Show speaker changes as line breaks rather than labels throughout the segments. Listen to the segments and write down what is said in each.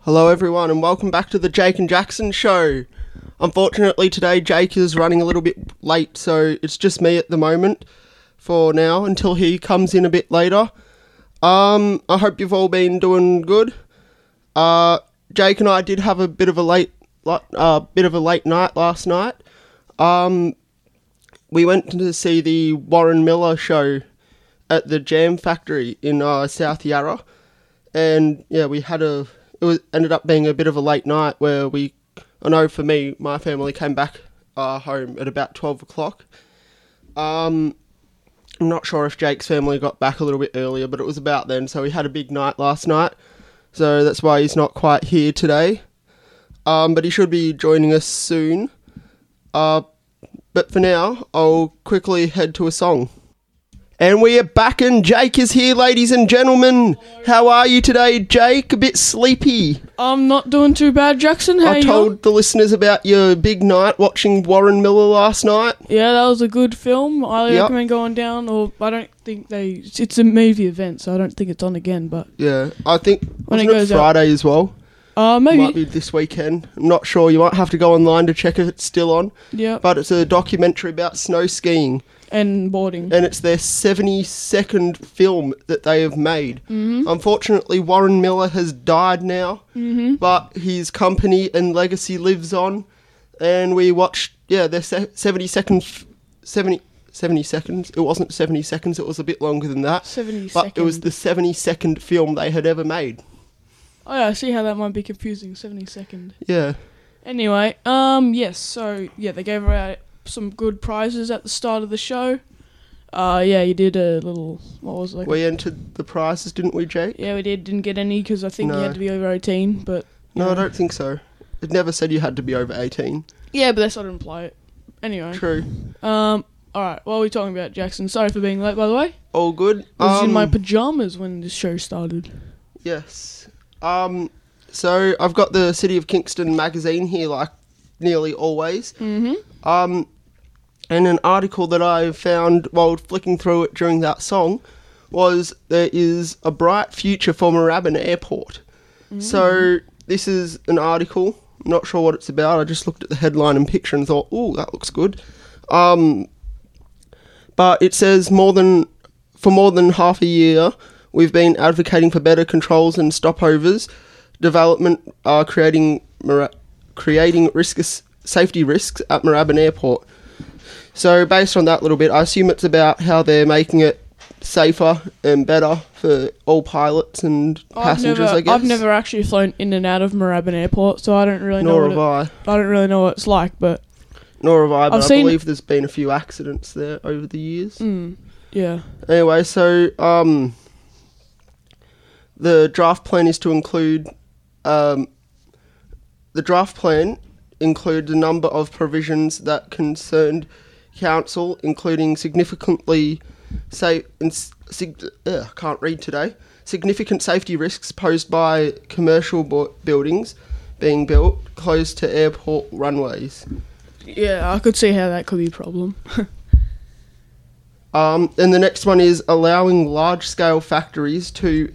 Hello, everyone, and welcome back to the Jake and Jackson show. Unfortunately, today Jake is running a little bit late, so it's just me at the moment for now until he comes in a bit later. Um, I hope you've all been doing good. Uh, Jake and I did have a bit of a late, li- uh, bit of a late night last night. Um, we went to see the Warren Miller show at the Jam Factory in uh, South Yarra, and yeah, we had a. It was, ended up being a bit of a late night where we. I know for me, my family came back uh, home at about twelve o'clock. Um, I'm not sure if Jake's family got back a little bit earlier, but it was about then. So we had a big night last night, so that's why he's not quite here today. Um, but he should be joining us soon. Uh, but for now, I'll quickly head to a song. And we are back, and Jake is here, ladies and gentlemen. How are you today, Jake? A bit sleepy.
I'm not doing too bad, Jackson. How
I
you
told
going?
the listeners about your big night watching Warren Miller last night.
Yeah, that was a good film. I
Yep.
recommend going down. Or I don't think they. It's a movie event, so I don't think it's on again. But
Yeah, I think
When it
wasn't it
goes out.
Friday as well.
uh,
Might
maybe.
be this weekend. I'm not sure. You might have to go online to check if it's still on.
Yeah.
But it's a documentary about snow skiing,
And boarding.
and it's their 72nd film that they have made.
Mm-hmm.
Unfortunately, Warren Miller has died now, mm-hmm. but his company and legacy lives on. And we watched, yeah, their se- 72nd, f- 70, 70 seconds. It wasn't 70 seconds, it was a bit longer than that.
Seventy
but it was
second.
the 72nd film they had ever made.
Oh yeah, I see how that might be confusing. Seventy second.
Yeah.
Anyway, um, yes. So yeah, they gave out some good prizes at the start of the show. Uh, yeah, you did a little. What was it like?
We entered the prizes, didn't we, Jake?
yeah, we did. Didn't get any because I think
No.
you had to be over eighteen. But
No, I
yeah.
don't think so. It never said you had to be over 18.
Yeah, but that's not imply it. Anyway.
True.
Um. All right. What are we talking about, Jackson? Sorry for being late, by the way.
All good.
I was in my
Um,
pajamas when this show started.
Yes. Um, so I've got the City of Kingston magazine here, like nearly always.
Mm-hmm.
Um, and an article that I found while flicking through it during that song was there is a bright future for Moorabbin Airport. So this is an article. I'm not sure what it's about. I just looked at the headline and picture and thought, "Ooh, that looks good." Um, but it says more than for more than half a year, we've been advocating for better controls and stopovers, development, uh, creating mora- creating risk as- safety risks at Moorabbin Airport. So based on that little bit, I assume it's about how they're making it safer and better for all pilots and passengers.
I've never,
I guess.
I've never actually flown in and out of Moorabbin Airport, so I don't really
Nor
know.
have
What
I.
it, I don't really know what it's like, but
Nor have I. But
I've
I
seen-
believe there's been a few accidents there over the years.
mm, yeah.
Anyway, so um, the draft plan is to include um, the draft plan includes a number of provisions that concerned council, including significantly safe and s- sig- ugh, I can't read today. Significant safety risks posed by commercial bu- buildings being built close to airport runways.
Yeah, I could see how that could be a problem.
Um, and the next one is allowing large scale factories to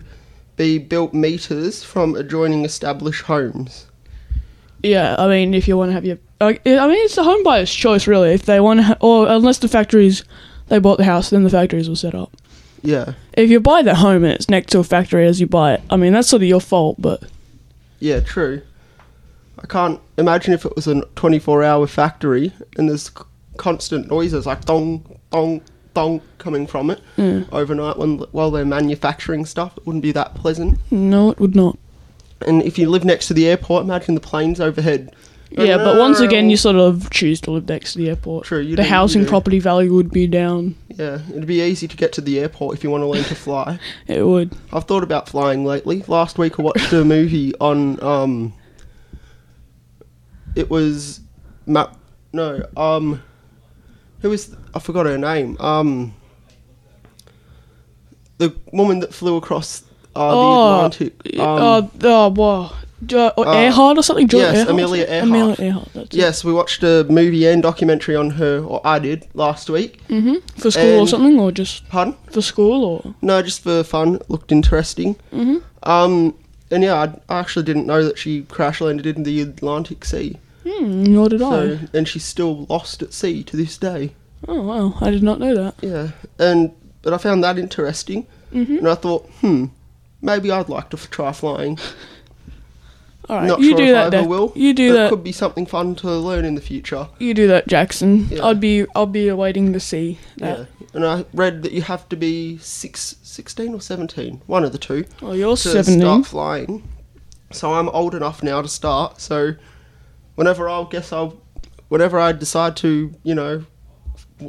be built meters from adjoining established homes.
Yeah, I mean, if you want to have your, like, I I mean, it's the home buyer's choice, really. If they want, to, ha- or unless the factories, they bought the house, then the factories will set up.
Yeah,
If you buy the home and it's next to a factory as you buy it, I mean, that's sort of your fault, but
yeah, true. I can't imagine if it was a 24 hour factory and there's c- constant noises like thong, thong, thong coming from it
Hmm.
overnight when, while they're manufacturing stuff. It wouldn't be that pleasant.
no, it would not.
And if you live next to the airport, imagine the planes overhead.
Yeah, but once again, you sort of choose to live next to the airport.
True, you
the
do,
housing
you do.
property value would be down.
Yeah, it'd be easy to get to the airport if you want to learn to fly.
It would.
I've thought about flying lately. Last week I watched a movie on um it was Ma- no, um who is I forgot her name. Um the woman that flew across uh,
Oh,
the Atlantic.
Yeah,
Um,
uh, oh, wow. Jo- or
uh,
oh, Earhart or something? Joy
yes,
Earhart?
Amelia Earhart.
Amelia Earhart, that's it.
yes, we watched a movie and documentary on her or I did last week.
Mm. For school or
and-
something, or just
Pardon?
for school, or.
No, just for fun. It looked interesting. Mm-hmm. Um, And yeah, I, I actually didn't know that she crash landed in the Atlantic Sea.
Hmm, nor did I.
So, and she's still lost at sea to this day.
Oh, wow. I did not know that.
Yeah, and but I found that interesting,
Mhm.
and I thought, hmm, maybe I'd like to f- try flying.
All right.
Not
you
sure
do
if
that,
I ever
Dex.
will.
You do
but
that.
It could be something fun to learn in the future.
You do that, Jackson.
Yeah.
I'd be I'll be waiting to see that.
Yeah. And I read that you have to be six, 16 or 17, one of the two,
Well, Oh, you're
to
17.
start flying. So I'm old enough now to start. So whenever I guess I'll, whenever I decide to, you know,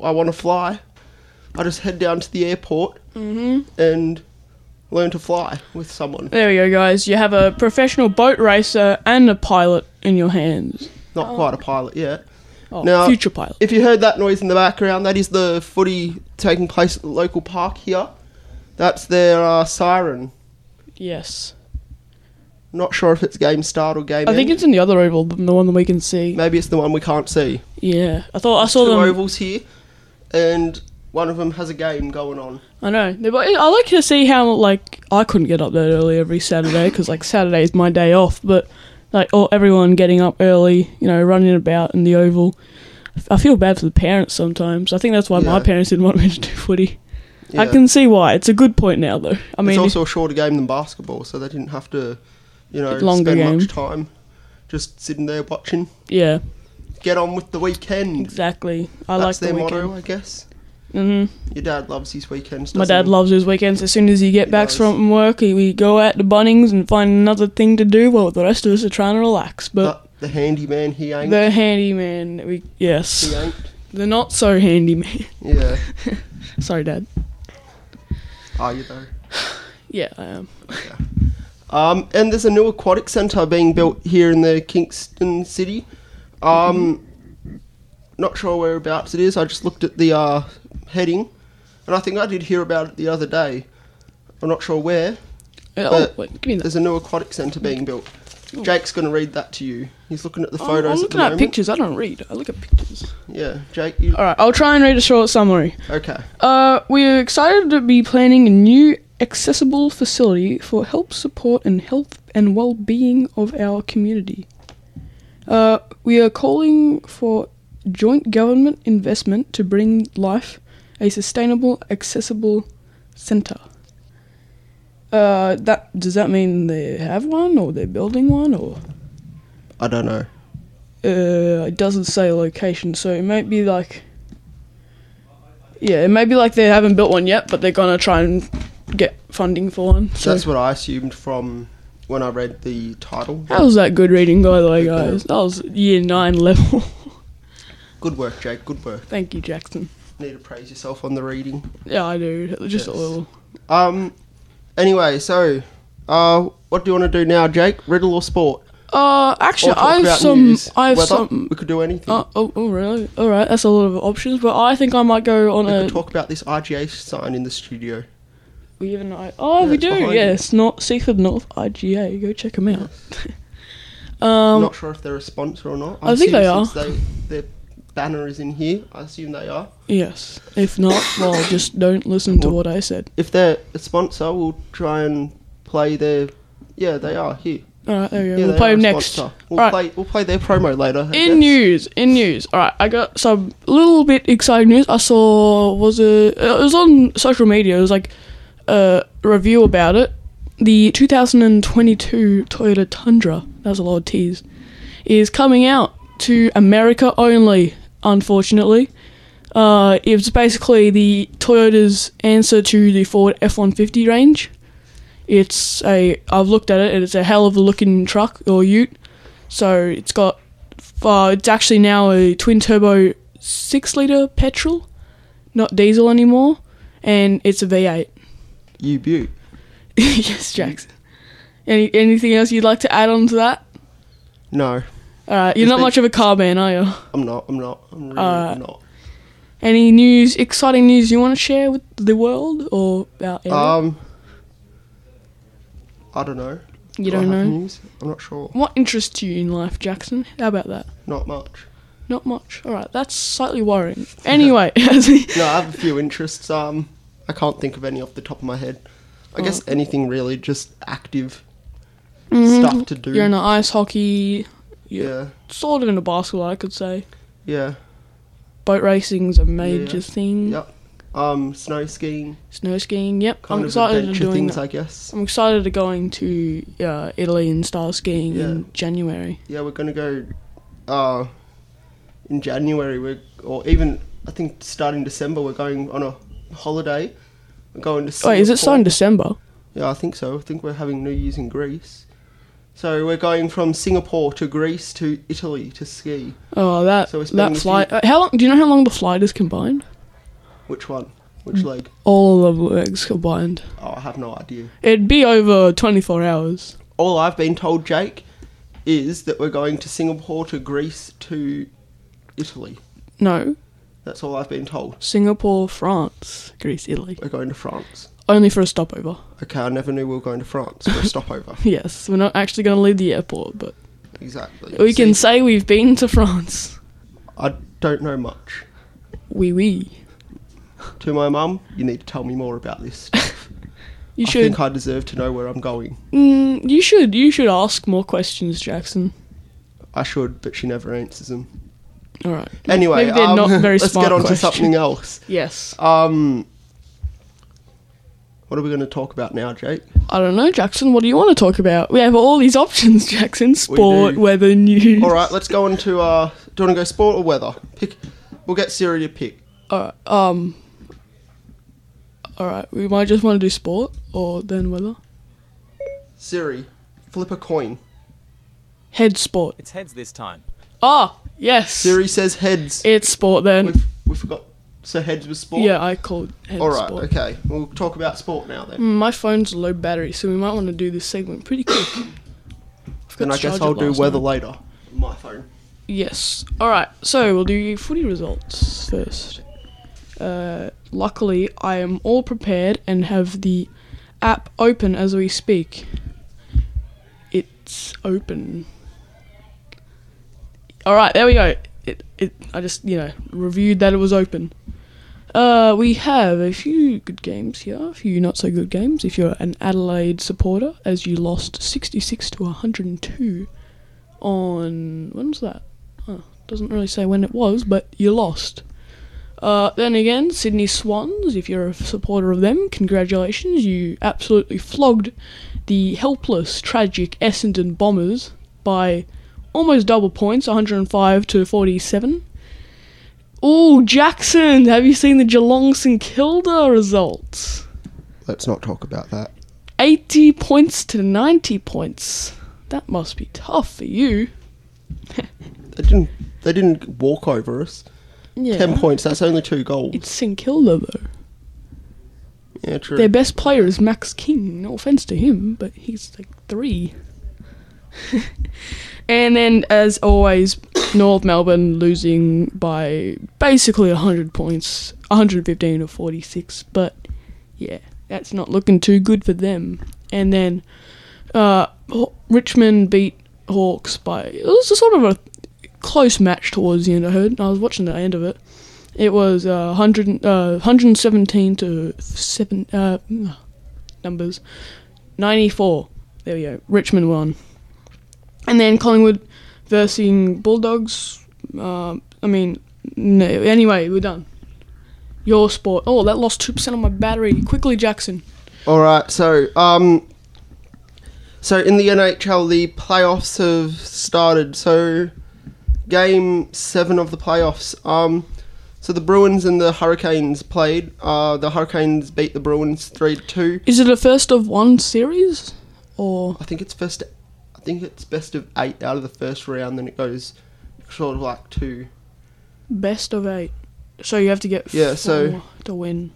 I want to fly, I just head down to the airport
Mm-hmm.
and learn to fly with someone.
There we go, guys. You have a professional boat racer and a pilot in your hands.
Not quite a pilot yet.
Oh,
Now-
future pilot.
If you heard that noise in the background, that is the footy taking place at the local park here. That's their uh, siren.
yes.
Not sure if it's game start or game
I think
end.
it's in the other oval, the one that we can see.
Maybe it's the one we can't see.
Yeah. I thought I saw
Two
them.
ovals here, and one of them has a game going on.
I know. They're- But I like to see how like I couldn't get up that early every Saturday because like Saturday is my day off. But like all everyone getting up early, you know, running about in the oval. I feel bad for the parents sometimes. I think that's why my
Yeah.
parents didn't want me to do footy. I
Yeah.
can see why. It's a good point now though. I mean,
it's also a shorter game than basketball, so they didn't have to, you know,
Longer
spend
game.
much time just sitting there watching.
yeah,
Get on with the weekend.
exactly. I
That's
like
their
the
motto,
weekend.
I guess.
hmm
Your dad loves his weekends.
My
doesn't
dad
he?
loves his weekends. As soon as he get
He
back
does.
from work, he- we go out to Bunnings and find another thing to do while the rest of us are trying to relax. But
But the handyman, he ain't.
the handyman, we
he
yes,
ain't.
the not so handyman.
Yeah.
Sorry, Dad.
Are you though?
Yeah, I am.
Um, and there's a new aquatic centre being built here in the Kingston city. Um, Not sure whereabouts it is. I just looked at the uh, heading, and I think I did hear about it the other day. I'm not sure where.
Oh,
But
wait, give me that.
There's a new aquatic centre being built. Jake's going to read that to you. He's looking at the
I'm, Oh, I'm
photos at the
looking at
moment.
pictures. I don't read. I look at pictures.
Yeah, Jake. You,
All right, I'll try and read a short summary.
okay.
Uh, we are excited to be planning a new accessible facility for help, support, and health and well-being of our community. Uh, we are calling for joint government investment to bring life a sustainable, accessible centre. Uh, that does that mean they have one, or they're building one, or
I don't know.
uh, it doesn't say location, so it might be like, yeah, it might be like they haven't built one yet, but they're gonna try and get funding for one. So
That's what I assumed from when I read the title.
that was that good reading, by the way,
Good
guys. That was year nine level.
Good work, Jake. Good work.
Thank you, Jackson.
Need to praise yourself on the reading.
Yeah, I do. Just a
Yes.
little.
Um. Anyway, so, uh, what do you want to do now, Jake? Riddle or sport?
Uh, actually,
Or talk
I have
about
some.
news,
I have
weather?
some.
We could do anything.
Uh, oh, oh, really? All right, that's a lot of options, but I think I might go on
we
a.
could talk about this RGA sign in the studio.
We even I oh
Yeah,
we
it's behind
do
you.
yes not Seaford North IGA go check them out. um,
I'm not sure if they're a sponsor or not.
I think
assume
they are.
since They, their banner is in here. I assume they are.
Yes. If not, well, just don't listen to what I said.
If they're a sponsor, we'll try and play their. Yeah, they are here.
All right, there we go.
Yeah,
we'll
they
play
are a
next.
sponsor.
All
We'll
right.
play. We'll play their promo later. I
in
guess.
news, in news. All right, I got some little bit exciting news. I saw was it? It was on social media. It was like a review about it. The 2022 Toyota Tundra. That was a lot of T's. Is coming out to America only. Unfortunately, uh, it's basically the Toyota's answer to the Ford F150 range. It's a I've looked at it and it's a hell of a looking truck or Ute. So it's got uh, it's actually now a twin turbo six liter petrol, not diesel anymore, and it's a V eight.
You beaut.
yes, Jackson. Any anything else you'd like to add on to that?
No,
All right, you're
Yes,
not
thank-
much of a car man, are you?
I'm not. I'm not. I'm really
Uh,
not.
Any news, exciting news you want to share with the world or our area?
Um. I don't know.
you
Do I
don't know.
have News? I'm not sure.
What interests you in life, Jackson? How about that?
Not much.
Not much. All right, that's slightly worrying. Anyway, as we-
No, I have a few interests. Um,
Oh.
I can't think of any off the top of my head. I guess anything really, just active. stuff to do.
You're in the ice hockey,
yeah,
sort of in a basketball, I could say.
yeah,
Boat racing's a major thing.
yep. Um, snow skiing,
Snow skiing, yep.
kind
I'm
of
excited to
adventure
doing
things,
that.
I guess.
I'm excited to going to uh, Italy and style skiing
Yeah.
in January.
Yeah, we're gonna go uh, in January. We're or even I think starting December. We're going on a holiday. We're going to.
Wait, is
Singapore.
it starting December?
Yeah, I think so. I think we're having New Year's in Greece. So we're going from Singapore to Greece to Italy to ski.
Oh, that
So we're spending
that
a few-
flight. uh, How long? Do you know how long the flight is combined?
Which one?
Mm.
Which leg?
All of the legs combined.
Oh, I have no idea.
It'd be over 24 hours.
All I've been told, Jake, is that we're going to Singapore to Greece to Italy.
No,
That's all I've been told.
Singapore, France, Greece, Italy.
We're going to France.
Only for a stopover.
Okay, I never knew we were going to France for a stopover.
Yes, we're not actually going to leave the airport, but
Exactly.
we can
See,
say we've been to France.
I don't know much.
Wee wee.
To my mum, you need to tell me more about this.
You
I
should.
think I deserve to know where I'm going.
mm, you should. You should ask more questions, Jackson.
I should, but she never answers them.
All right.
Anyway,
Maybe they're
um,
not very
let's
smart
get on to
questions.
something else.
Yes.
Um, what are we going to talk about now, Jake?
I don't know, Jackson. What do you want to talk about? We have all these options, Jackson. Sport,
do.
weather, news.
All right, let's go on to. Uh, do you want to go sport or weather? Pick. We'll get Siri to pick.
All right. Um. All right. We might just want to do sport or then weather.
Siri, flip a coin.
Head sport.
It's heads this time.
Ah, yes.
Siri says heads.
It's sport then.
We, we forgot. So heads was sport.
Yeah, I called head
All right.
sport.
Okay. We'll talk about sport now then.
Mm, My phone's low battery, so we might want to do this segment pretty quick. I've got
Then I
to
guess
charge
I'll
it
do
last
weather
night.
later. On my phone.
Yes. All right. So we'll do footy results first. Uh, luckily, I am all prepared and have the app open as we speak. It's open. All right. There we go. It. It. I just you know reviewed that it was open. Uh, we have a few good games here, a few not so good games. If you're an Adelaide supporter, as you lost 66 to 102 on when's that? Oh, doesn't really say when it was, but you lost. Uh, then again, Sydney Swans. If you're a supporter of them, congratulations! You absolutely flogged the helpless, tragic Essendon Bombers by almost double points, 105 to 47. Oh, Jackson, have you seen the Geelong St Kilda results?
Let's not talk about that.
80 points to 90 points. That must be tough for you.
They didn't. They didn't walk over us.
Yeah.
Ten points. That's only two goals.
It's St Kilda though.
yeah. True.
Their best player is Max King. No offense to him, but he's like three. and then, as always, North Melbourne losing by basically 100 points, 115 or 46. But yeah, that's not looking too good for them. And then uh, Haw- Richmond beat Hawks by. It was a sort of a close match towards the end, I heard. I was watching the end of it. It was uh, 100, uh, 117 to 7. Uh, mm, numbers. 94. There we go. Richmond won. And then Collingwood versus Bulldogs. Um, I mean, no. Anyway, we're done. Your sport. Oh, that lost 2% of my battery. Quickly, Jackson.
All right, so um, so in the NHL, the playoffs have started. So game seven of the playoffs. Um, so the Bruins and the Hurricanes played. Uh, the Hurricanes beat the Bruins three to two.
Is it a first of one series? Or.
I think it's first. I think it's best of eight out of the first round. Then it goes sort of like two.
Best of eight. So you have to get
Yeah, so-
four to win.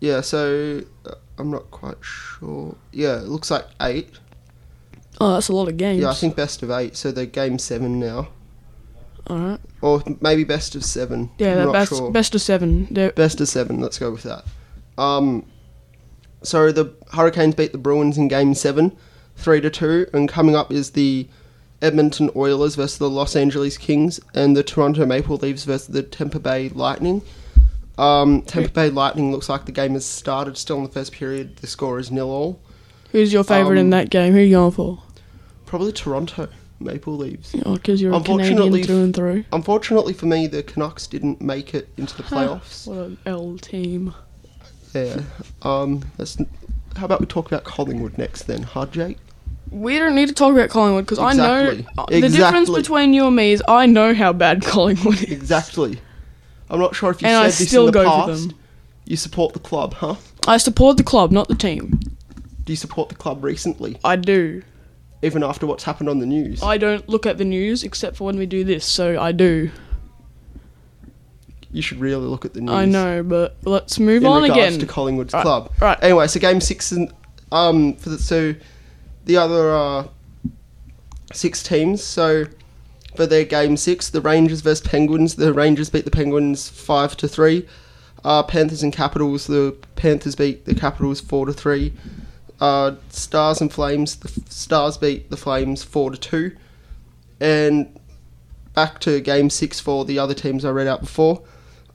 Yeah, so uh, I'm not quite sure. Yeah, it looks like eight.
Oh, that's a lot of games.
Yeah, I think best of eight. So they're game seven now,
All right.
or maybe best of seven.
Yeah,
I'm
that
not
best
sure.
best of seven. They're,
Best of seven. Let's go with that. Um, so the Hurricanes beat the Bruins in Game Seven, three to two, and coming up is the Edmonton Oilers versus the Los Angeles Kings and the Toronto Maple Leafs versus the Tampa Bay Lightning. Um, Tampa Bay Lightning looks like the game has started. Still in the first period, the score is nil all.
Who's your favourite in
Um,
that game? Who are you going for?
Probably Toronto Maple Leafs.
Because you're a
unfortunately-
Canadian through and through.
Unfortunately for me, the Canucks didn't make it into the playoffs.
What an L team.
yeah. Um. That's. How about we talk about Collingwood next then, huh, Jake?
We don't need to talk about Collingwood because
Exactly.
I know uh, the difference
Exactly.
between you and me is I know how bad Collingwood is,
Exactly. I'm not sure if you
and
said
I
this
still
in the
go
past.
for them.
You support the club, huh?
I support the club, not the team.
Do you support the club recently,
I do.
even after what's happened on the news?
I don't look at the news except for when we do this, so I do.
you should really look at the news.
I know, but let's move
In
on
regards
again.
to Collingwood's
Right,
club.
right.
Anyway, so game six and um for the so the other uh six teams. So for their game six, the Rangers versus Penguins. The Rangers beat the Penguins five to three. Uh, Panthers and Capitals. The Panthers beat the Capitals four to three. Uh, Stars and Flames. The F- Stars beat the Flames four to two. And back to game six for the other teams I read out before.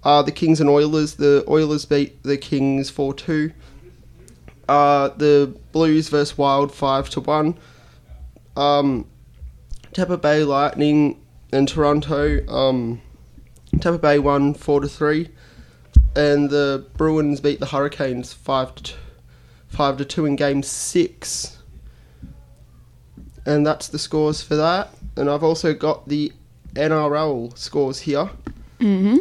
Uh, the Kings and Oilers. The Oilers beat the Kings 4 2. Uh, the Blues versus Wild 5 to 1. Um, Tampa Bay Lightning and Toronto. Um, Tampa Bay won 4 to 3. And the Bruins beat the Hurricanes 5 to 2, 5 to 2 in game 6. And that's the scores for that. And I've also got the NRL scores here.
Mm-hmm.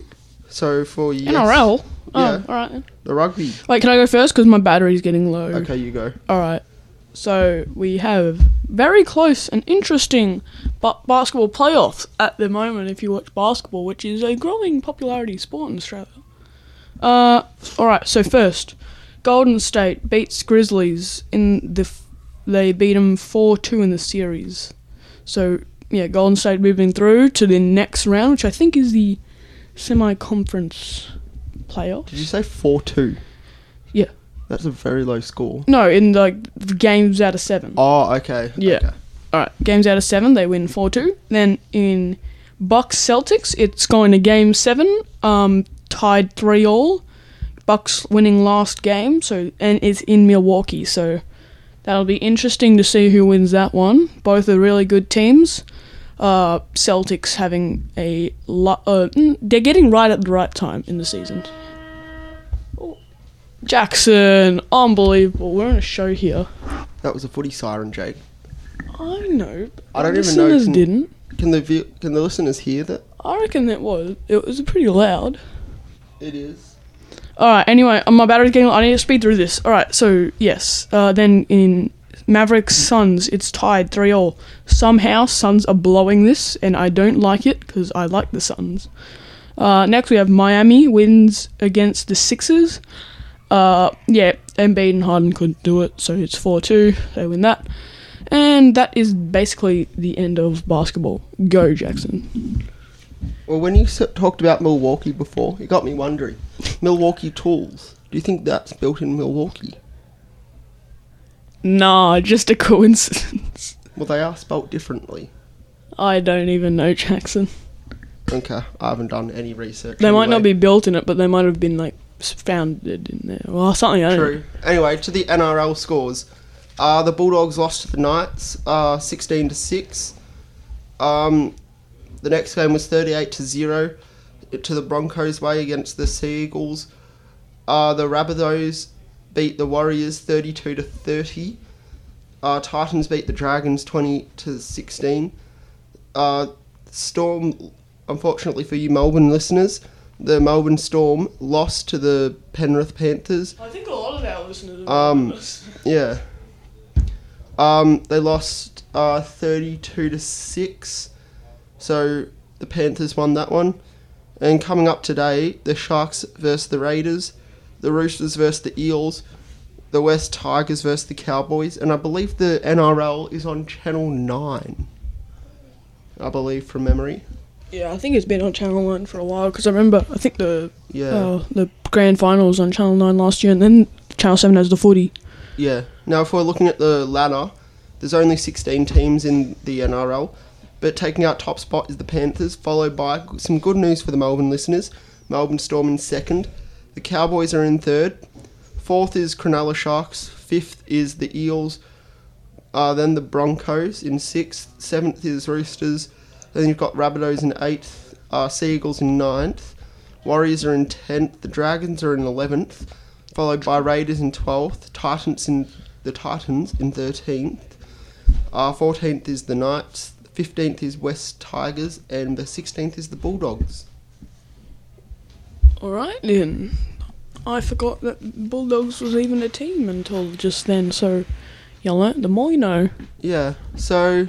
So for yes,
NRL. Oh,
Yeah.
all right. Then.
the rugby.
Wait, can I go first? Because my battery's getting low.
Okay, you go.
All right. So we have very close and interesting ba- basketball playoffs at the moment. If you watch basketball, which is a growing popularity sport in Australia. Uh, all right. So first, Golden State beats Grizzlies in the. F- they beat them four two in the series. So yeah, Golden State moving through to the next round, which I think is the semi-conference playoff.
Did you say four two?
Yeah.
That's a very low score.
No, in like games out of seven.
Oh, okay.
Yeah.
okay.
All right, games out of seven, they win four two. Then in Bucks Celtics, it's going to game seven, um, tied three all. Bucks winning last game, so and it's in Milwaukee, so that'll be interesting to see who wins that one. Both are really good teams. Uh, Celtics having a lo- uh, mm, they're getting right at the right time in the season. Oh, Jackson, unbelievable. We're on a show here.
That was a footy siren, Jake.
I know. but
I don't
the
even know
Listeners
can-
didn't.
Can the vi- can the listeners hear that?
I reckon it was. It was pretty loud.
It is.
All right. Anyway, uh, my battery's getting. low. I need to speed through this. All right. So yes. Uh, then in Mavericks Suns, it's tied three all. Somehow Suns are blowing this, and I don't like it because I like the Suns. Uh, next we have Miami wins against the Sixers. Uh, yeah, Embiid and Harden couldn't do it, so it's four two. They win that, and that is basically the end of basketball. Go Jackson.
Well, when you s- talked about Milwaukee before, it got me wondering. Milwaukee tools. Do you think that's built in Milwaukee?
Nah, just a coincidence.
Well, they are spelt differently.
I don't even know Jackson.
Okay, I haven't done any research.
They might not
anyway.
be built in it, but they might have been like s- founded in there or something. I don't
True. Anyway, to the NRL scores. Uh, the Bulldogs lost to the Knights, uh, 16 to 6. Um, the next game was 38 to 0 to the Broncos way against the Seagulls. Uh, the Rabbitohs beat the Warriors 32 to 30. Uh, Titans beat the Dragons 20 to 16. Uh, Storm, unfortunately for you Melbourne listeners, the Melbourne Storm lost to the Penrith Panthers
I think a lot of our listeners.
Um, yeah. Um, they lost uh, 32 to 6. So the Panthers won that one. And coming up today, the Sharks versus the Raiders, the Roosters versus the Eels, the West Tigers versus the Cowboys, and I believe the NRL is on Channel 9. I believe from memory.
yeah, I think it's been on Channel One for a while because I remember I think the
Yeah.
uh, the grand final was on Channel Nine last year, and then Channel Seven has the footy.
Yeah. Now, if we're looking at the ladder, there's only 16 teams in the NRL, but taking out top spot is the Panthers, followed by some good news for the Melbourne listeners. Melbourne Storm in second. The Cowboys are in third. Fourth is Cronulla Sharks. Fifth Fifth is the Eels. Uh, then the Broncos in sixth. Seventh is Roosters. Then you've got Rabbitohs in eighth. Uh, Seagulls in ninth. Warriors are in tenth. The Dragons are in eleventh. Followed by Raiders in twelfth. Titans in the Titans in thirteenth. Uh, 14th is the Knights, 15th is West Tigers, and the 16th is the Bulldogs.
All right then. I forgot that Bulldogs was even a team until just then. So you learnt the more you know.
Yeah, so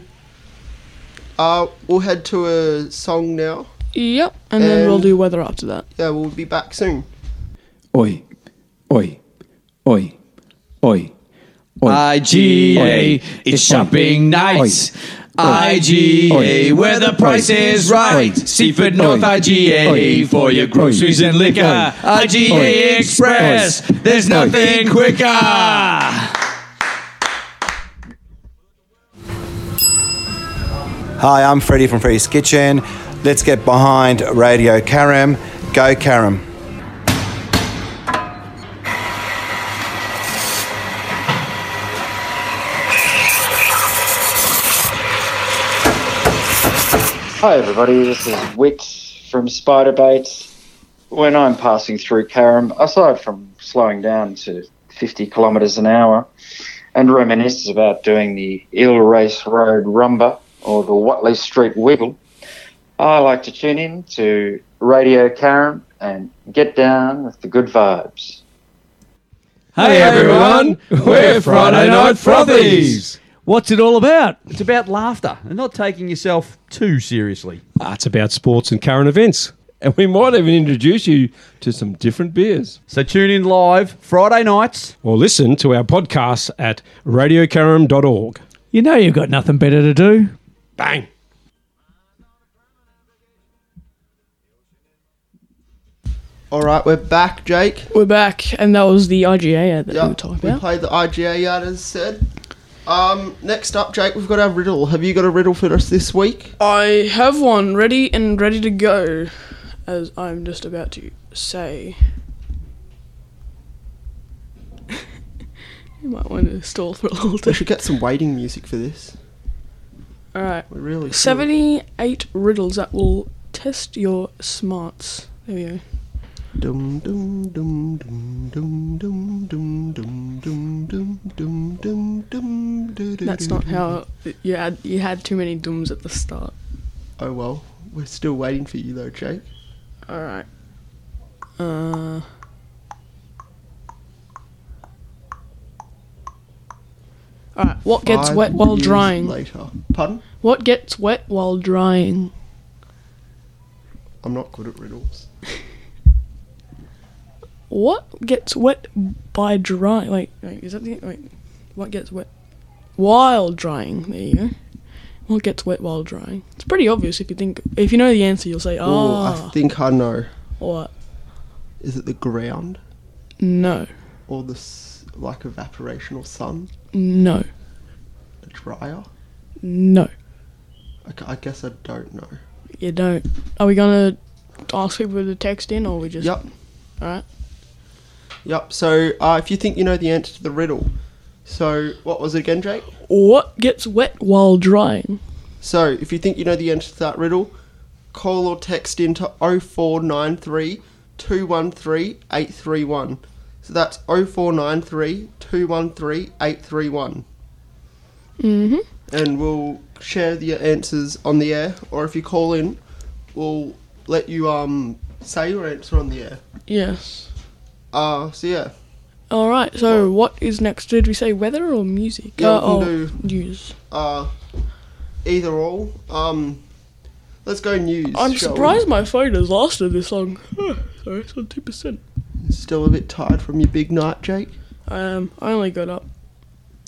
uh, we'll head to a song now.
Yep. And, then we'll
And-
do weather after that.
Yeah, we'll be back soon.
Oi, oi, oi, oi. oi.
IGA, it's shopping nights. IGA, where the price is right. Seaford North IGA for your groceries and liquor. IGA Express, there's nothing quicker.
Hi, I'm Freddie from Freddie's Kitchen. Let's get behind Radio Karam. Go Karam.
Hi, everybody. This is Wick from Spiderbait. When I'm passing through Karam, aside from slowing down to 50 kilometres an hour and reminisces about doing the Ill Race Road Rumba or the Watley Street Wiggle, I like to tune in to Radio Karam and get down with the good vibes.
Hey everyone, we're Friday Night Frothies. What's it all about?
It's about laughter and not taking yourself too seriously.
That's about sports and current events. And we might even introduce you to some different beers.
So tune in live Friday nights.
Or listen to our podcasts at radiocarum.org.
You know you've got nothing better to do.
Bang!
All right, we're back, Jake.
We're back, and that was the IGA ad that we were talking
we
about.
played the IGA out as said. Um, next up, Jake, we've got our riddle. Have you got a riddle for us this week?
I have one ready and ready to go, as I'm just about to say. you might want to stall for a little
We
bit.
should get some waiting music for this.
All right,
We really should.
seventy-eight riddles that will test your smarts. There we go.
Dum dum dum dum dum dum dum dum dum dum dum dum dum dum.
That's not how you had you had too many dooms at the start.
Oh well, we're still waiting for you though, Jake.
All right. Uh. All right. What gets
Five
wet while
years
drying?
Later. Pardon?
What gets wet while drying?
I'm not good at riddles.
What gets wet by drying? Wait, wait, is that the wait? What gets wet while drying? There you go. What gets wet while drying? It's pretty obvious if you think if you know the answer, you'll say,
Oh,
"Ah,
I think I know.
what?
Is it the ground
No,
or the s- like evaporation or sun?
no,
A dryer?
no."
Okay, I guess I don't know.
You don't. Are we gonna ask people to text in, or we just?
Yep.
All right.
Yep. So uh, if you think you know the answer to the riddle, so what was it again, Jake?
What gets wet while drying?
So, if you think you know the answer to that riddle, call or text oh into 0493 213 831. So that's 0493 213 831. Mm-hmm. And we'll share your answers on the air, or if you call in, we'll let you um say your answer on the air.
Yes.
Uh, so yeah,
All right. So what is next? Did we say weather or music?
Yeah,
Uh,
we can
oh,
do-
news.
uh, either or. Um, let's go news. shall
I'm
we?
surprised my phone has lasted this long. Sorry, it's on two percent.
Still a bit tired from your big night, Jake.
Um, I only got up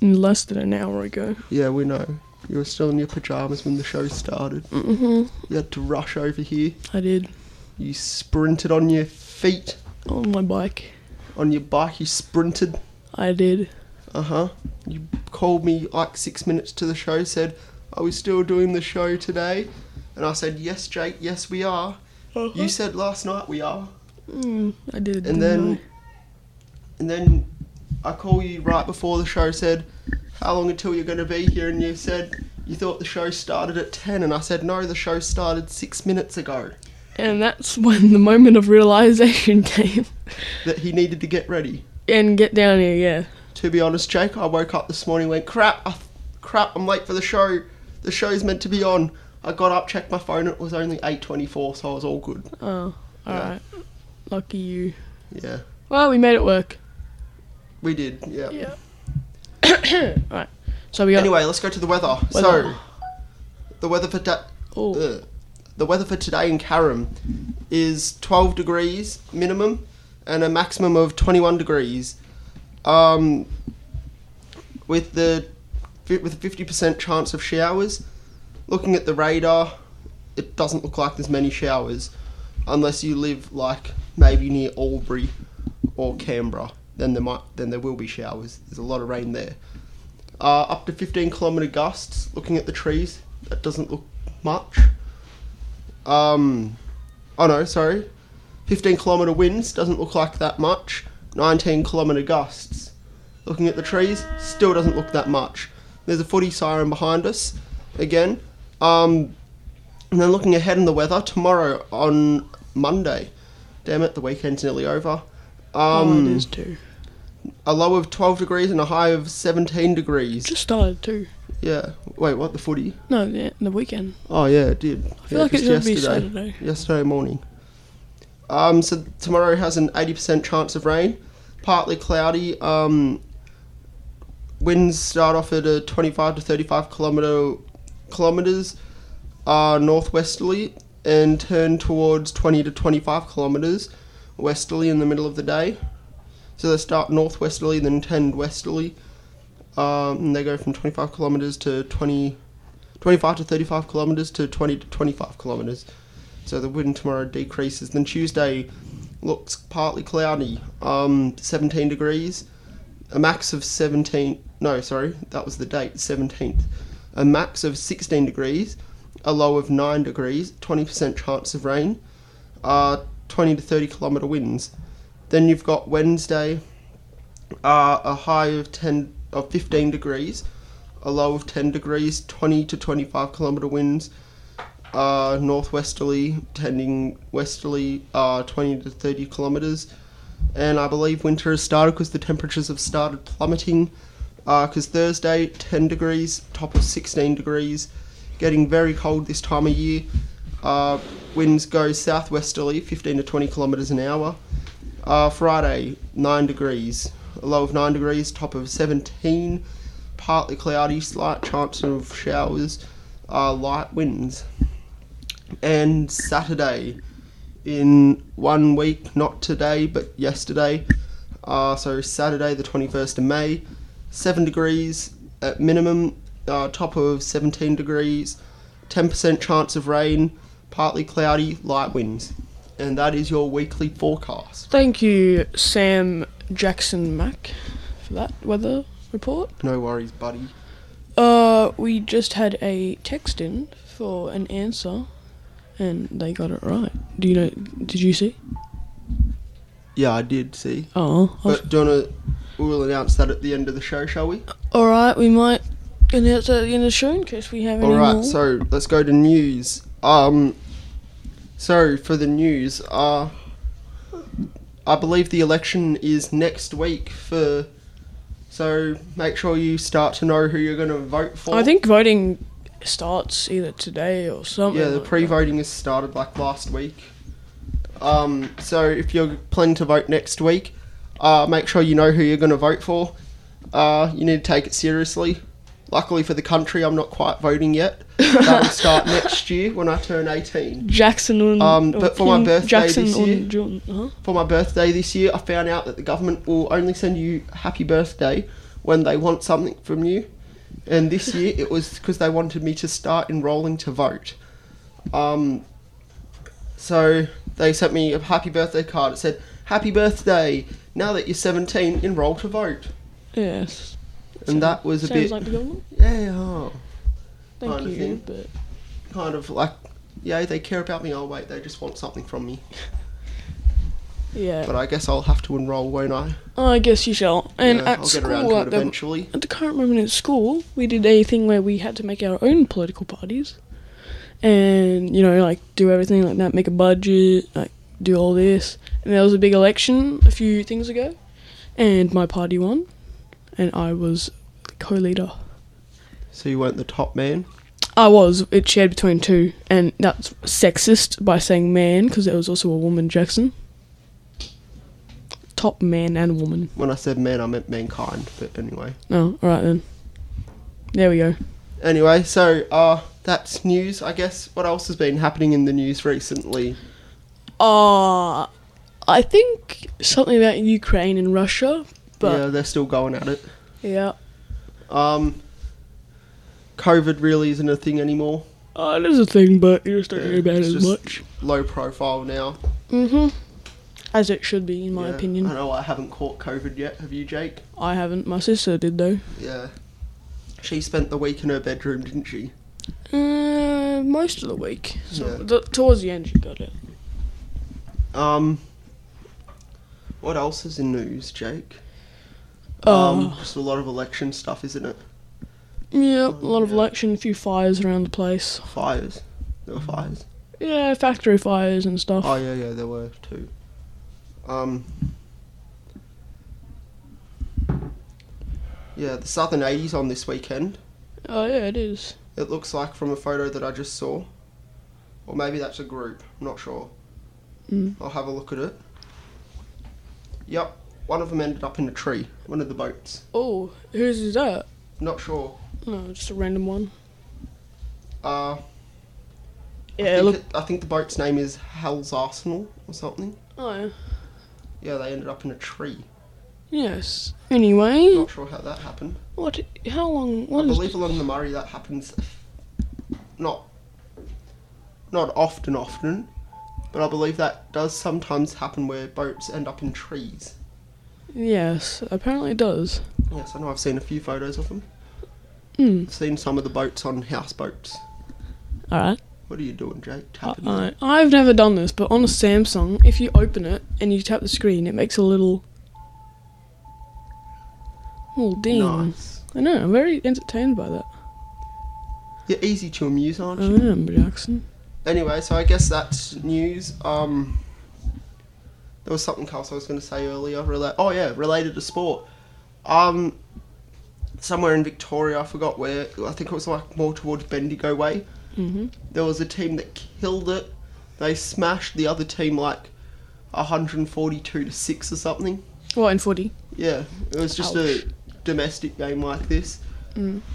in less than an hour ago.
Yeah, we know. You were still in your pajamas when the show started. Mm-hmm. You had to rush over here.
I did
You sprinted on your feet,
on my bike.
on your bike. You sprinted.
I did.
Uh huh. You called me like six minutes to the show, said, Are we still doing the show today? And I said, Yes, Jake, yes, we are.
Uh-huh.
You said last night we are.
mm, I
And
did. didn't
then.
I?
And then I call you right before the show said, How long until you're going to be here? And you said, You thought the show started at 10. And I said, No, the show started six minutes ago.
And that's when the moment of realization came
That he needed to get ready.
and get down here, yeah.
To be honest, Jake, I woke up this morning and went, Crap, I, crap, I'm late for the show. The show's meant to be on. I got up, checked my phone, it was only 8.24, so I was all good.
Oh, alright. Lucky you.
Yeah,
Well, we made it work.
we did, yeah.
Yeah. alright. So we got.
Anyway, let's go to the weather. So,
Weather.
the weather for da-
Oh.
uh, the weather for today in Carrum is 12 degrees minimum and a maximum of 21 degrees. Um, with the fi- with a 50% chance of showers. Looking at the radar, it doesn't look like there's many showers unless you live like maybe near Albury or Canberra. Then there might then there will be showers. There's a lot of rain there uh, up to 15 kilometer gusts. Looking at the trees, that doesn't look much. Um, oh no, sorry, 15 kilometer winds doesn't look like that much. 19 kilometer gusts. Looking at the trees, still doesn't look that much. There's a footy siren behind us, again. Um, and then looking ahead in the weather tomorrow on Monday. Damn it, the weekend's nearly over. Um,
oh, it is too.
a low of 12 degrees and a high of 17 degrees.
Just started too.
Yeah. Wait, what? The footy?
No, yeah, the weekend.
Oh yeah, it did. I
feel like it should be Saturday.
Yesterday morning. Um, so tomorrow has an eighty percent chance of rain, partly cloudy. Um, winds start off at a twenty-five to thirty-five kilometer kilometers uh, northwesterly and turn towards twenty to twenty-five kilometers westerly in the middle of the day. So they start northwesterly, then tend westerly. Um, and they go from twenty-five kilometers to twenty. 25 to 35 kilometers to 20 to 25 kilometers. So the wind tomorrow decreases. Then Tuesday looks partly cloudy, um, 17 degrees, a max of 17. No, sorry, that was the date, 17th. A max of 16 degrees, a low of 9 degrees, 20% chance of rain, uh, 20 to 30 kilometer winds. Then you've got Wednesday, uh, a high of 10 of 15 degrees, a low of 10 degrees, 20 to 25 kilometer winds, uh, northwesterly, tending westerly, uh, 20 to 30 kilometers. And I believe winter has started because the temperatures have started plummeting. Because Thursday, 10 degrees, top of 16 degrees, getting very cold this time of year. Uh, winds go southwesterly, 15 to 20 kilometers an hour. Uh, Friday, 9 degrees, a low of 9 degrees, top of 17 partly cloudy, slight chance of showers, uh, light winds. And Saturday, in one week, not today, but yesterday, uh, so Saturday, the 21st of May, 7 degrees at minimum, uh, top of 17 degrees, 10% chance of rain, partly cloudy, light winds. And that is your weekly forecast.
Thank you, Sam Jackson Mack, for that weather report.
No worries, buddy.
Uh, we just had a text in for an answer, and they got it right. Do you know? Did you see?
Yeah, I did see.
Oh, I was-
But do you wanna, we'll announce that at the end of the show, shall we?
all right. We might announce that at the end of the show in case we have any
All right,
more.
so let's go to news. Um, so for the news, uh, I believe the election is next week for. So make sure you start to know who you're going to vote for.
I think voting starts either today or something.
Yeah, the
like that.
pre-voting has started like last week. Um, so if you're planning to vote next week, uh, make sure you know who you're going to vote for. Uh, you need to take it seriously. Luckily for the country, I'm not quite voting yet. That'll start next year when I turn 18.
Jackson und,
Um, but for my
und
birthday
Jackson
this year-
und Jun- huh?
For my birthday this year, I found out that the government will only send you happy birthday when they want something from you. And this year, it was because they wanted me to start enrolling to vote. Um, so they sent me a happy birthday card. It said, "Happy birthday! Now that you're 17, enroll to vote."
Yes.
And that was a
Sounds
bit,
like the government.
yeah, oh,
Thank
kind of
you.
thing.
But
kind of like, yeah, they care about me. Oh wait, they just want something from me.
Yeah.
But I guess I'll have to enrol, won't I?
Oh, I guess you shall. And
Yeah,
at
I'll get around
school,
to
at
it
the,
eventually.
at the current moment at school, we did a thing where we had to make our own political parties, and you know, like do everything like that, make a budget, like do all this. And there was a big election a few things ago, and my party won, and I was co-leader.
So you weren't the top man.
I was. It shared between two, and that's sexist by saying man because there was also a woman Jackson. Top man and woman.
When I said man, I meant mankind. But anyway.
Oh, all right then. There we go.
Anyway, so uh, that's news. I guess what else has been happening in the news recently?
Uh, I think something about Ukraine and Russia,
yeah,
but
they're still going at it.
yeah.
Um, COVID really isn't a thing anymore.
Uh, it is a thing, but you just don't hear about it
It's
as
just
much.
Low profile now.
hmm As it should be, in my
Yeah. I
opinion.
know I haven't caught COVID yet. Have you, Jake?
I haven't. My sister did, though.
Yeah. She spent the week in her bedroom, didn't she?
Uh, most of the week. So
Yeah.
the, towards the end, she got it.
Um, what else is in news, Jake?
Um,
Um, just a lot of election stuff, isn't it?
yeah, a lot of election, a few fires around the place.
Fires. There were fires.
Yeah, factory fires and stuff.
Oh yeah, yeah, there were two. Um. Yeah, the Southern 80s on this weekend.
Oh, yeah, it is.
It looks like from a photo that I just saw, or maybe that's a group. I'm not sure.
Mm.
I'll have a look at it. Yep, one of them ended up in a tree. One of the boats.
Oh, whose is that?
Not sure.
No, just a random one.
Uh, I
Yeah,
think
look.
it- I think the boat's name is Hell's Arsenal or something.
oh, yeah.
Yeah, they ended up in a tree.
Yes. Anyway,
Not sure how that happened.
what? How long?
I
What is?
believe along the Murray that happens not not often often, but I believe that does sometimes happen where boats end up in trees.
Yes, apparently it does.
Yes, I know I've seen a few photos of them.
Hmm.
I've seen some of the boats on houseboats.
All right.
What are you doing, Jake? Tapping
Uh, I, I, have never done this, but on a Samsung, if you open it and you tap the screen, it makes a little. little ding.
nice.
I know. I'm very entertained by that.
You're easy to amuse, aren't
I
you?
am Jackson.
Anyway, so I guess that's news. Um, there was something else I was going to say earlier. Rela- oh yeah, related to sport. Um, somewhere in Victoria, I forgot where. I think it was like more towards Bendigo way.
Mhm.
There was a team that killed it. They smashed the other team like 142 to six or something.
What in footy?
Yeah, it was just
Ouch.
a domestic game like this.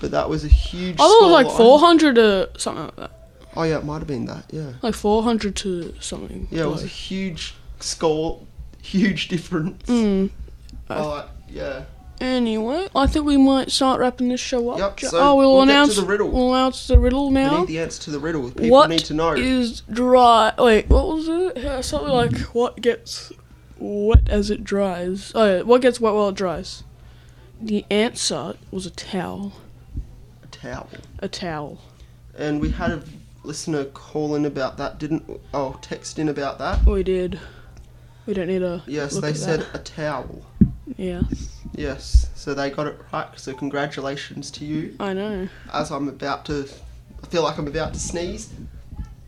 But that was a huge.
I thought Oh, it was like
scoreline.
400 to something like that.
Oh yeah, it might have been that. Yeah.
Like 400 to something.
Yeah, it was a
Like,
huge score, huge difference.
Mm.
I like, yeah.
Anyway, I think we might start wrapping this show up.
Yep,
Ja-
so
oh, we'll,
we'll get to
announce
the riddle.
We'll announce the riddle
We
now.
need the answer to the riddle. People
What
need to know.
is dry? Wait, what was it? Yeah, Something like what gets wet as it dries. Oh, yeah, what gets wet while it dries? The answer was a towel.
a towel.
A towel.
And we had a listener call in about that, didn't? Oh, text in about that.
We did. We don't need a.
Yes,
look
they
at
said
that.
a towel.
Yeah,
Yes, so they got it right. So congratulations to you.
I know.
As I'm about to, I feel like I'm about to sneeze.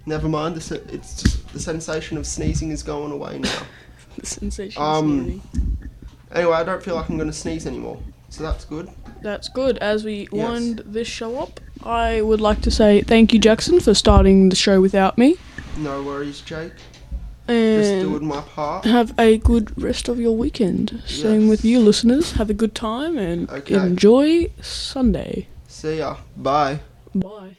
Never mind. This it's just, the sensation of sneezing is going away now.
The sensation.
Um,
Um,
anyway, I don't feel like I'm going to sneeze anymore. So that's good.
That's good. As we wind this show up, I would like to say thank you, Jackson, for starting the show without me.
No worries, Jake. Just doing
And
my part.
have a good rest of your weekend. Same
Yes.
with you, listeners. Have a good time and
Okay.
enjoy Sunday.
See ya. Bye.
Bye.